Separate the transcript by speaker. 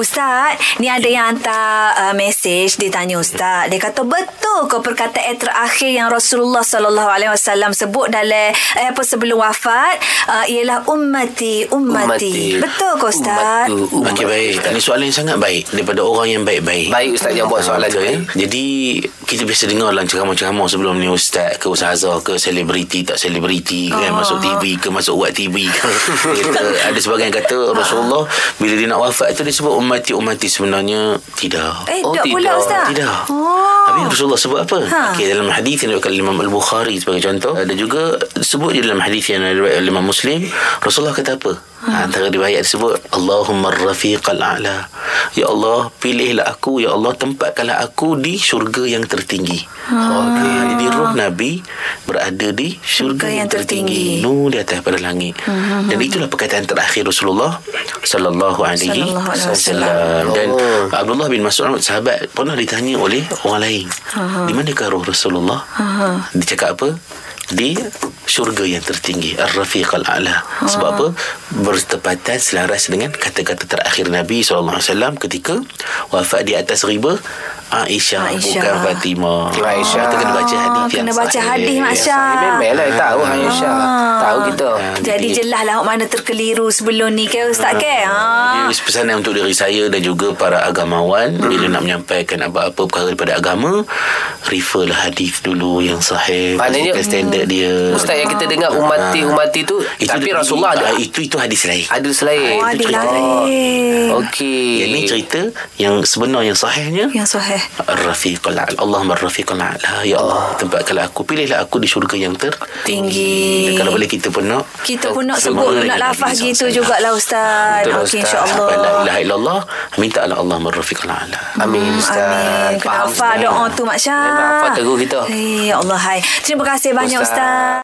Speaker 1: Ustaz, ni ada yang hantar uh, message dia tanya ustaz. Dia kata betul ke perkataan terakhir yang Rasulullah sallallahu alaihi wasallam sebut dalam eh, apa sebelum wafat uh, ialah ummati ummati.
Speaker 2: Ummati.
Speaker 1: Betul ke ustaz?
Speaker 2: Ummatu.
Speaker 3: Okey baik. Ini soalan yang sangat baik daripada orang yang baik-baik.
Speaker 2: Baik Ustaz yang buat soalan tu
Speaker 3: Betul,
Speaker 2: eh.
Speaker 3: eh? Jadi kita biasa dengar dalam ceramah-ceramah sebelum ni ustaz ke usaha ke selebriti tak selebriti oh. kan masuk TV ke masuk buat TV ke. Dia kata, ada sebagian yang kata Rasulullah bila dia nak wafat tu dia sebut ummati ummati sebenarnya tidak.
Speaker 1: Eh,
Speaker 2: Oh,
Speaker 1: tak pula
Speaker 2: tidak.
Speaker 1: ustaz.
Speaker 3: Tidak.
Speaker 1: Oh.
Speaker 3: Habis Rasulullah sebut apa?
Speaker 1: Ha.
Speaker 3: Ha. Okey dalam hadis yang diriwayatkan Imam Al-Bukhari sebagai contoh ada juga sebut je dalam hadis yang diriwayatkan oleh Imam Muslim Rasulullah kata apa? Ha. Antara riwayat disebut Allahumma rafiqal a'la. Ya Allah pilihlah aku ya Allah tempatkanlah aku di syurga yang tertinggi. Ha. Okey jadi roh Nabi berada di syurga yang, yang tertinggi. Nur di atas pada langit. Hmm. Dan itulah perkataan terakhir Rasulullah sallallahu alaihi
Speaker 1: Sallallahu alaihi
Speaker 3: wasallam. Dan
Speaker 2: Oh.
Speaker 3: Kan? Abdullah bin Mas'ud sahabat pernah ditanya oleh orang lain di manakah roh Rasulullah dia cakap apa di syurga yang tertinggi ar-rafiqal a'la sebab apa bertepatan selaras dengan kata-kata terakhir Nabi sallallahu alaihi wasallam ketika wafat di atas riba Aisyah,
Speaker 1: Aisyah.
Speaker 3: bukan Fatimah
Speaker 2: Aisyah.
Speaker 3: kita kena baca hadis yang
Speaker 1: Kena baca
Speaker 3: sahih.
Speaker 1: hadis Mak Syah.
Speaker 2: Memang lah tahu
Speaker 1: Ah.
Speaker 2: Hang Aisyah. Tahu kita.
Speaker 1: Jadi jelas lah awak mana terkeliru sebelum ni ke ustaz ke? Ha.
Speaker 3: Ini pesanan untuk diri saya dan juga para agamawan bila nak menyampaikan apa-apa perkara daripada agama refer lah hadis dulu yang sahih
Speaker 2: Maknanya,
Speaker 3: pastikan standard dia Ah.
Speaker 2: Ustaz yang kita dengar umati-umati tu
Speaker 3: itu
Speaker 2: tapi Rasulullah ada
Speaker 3: itu, itu itu hadis lain
Speaker 2: ada selain.
Speaker 1: Oh, ada
Speaker 3: cerita. Oh.
Speaker 1: lain.
Speaker 2: Okey.
Speaker 3: yang ni cerita yang sebenar yang sahihnya
Speaker 1: Yang sahih.
Speaker 3: Ar-Rafiqul A'la Allahumma Ar-Rafiqul A'la Ya Allah tempatkanlah aku pilihlah aku di syurga yang
Speaker 1: Tinggi.
Speaker 3: tertinggi Dan kalau boleh kita pun nak Oh,
Speaker 1: Kita pun nak
Speaker 3: Sama
Speaker 1: sebut, nak
Speaker 3: dengan Nabi
Speaker 1: lafaz
Speaker 3: SAW.
Speaker 1: gitu jugalah ustaz.
Speaker 2: Betul,
Speaker 1: Okey
Speaker 2: Ustaz.
Speaker 3: Sampai la
Speaker 1: insya-Allah.
Speaker 3: ilaha illallah Minta Allah Allahumma Ar-Rafiqul A'la
Speaker 2: Amin Ustaz.
Speaker 1: Hmm, Amin. Kena hafal
Speaker 2: Ustaz.
Speaker 1: doa tu Mak Syah.
Speaker 2: Memang hafal teguh kita.
Speaker 1: Eh, ya Allah hai. Terima kasih banyak
Speaker 2: Ustaz.
Speaker 1: Ustaz.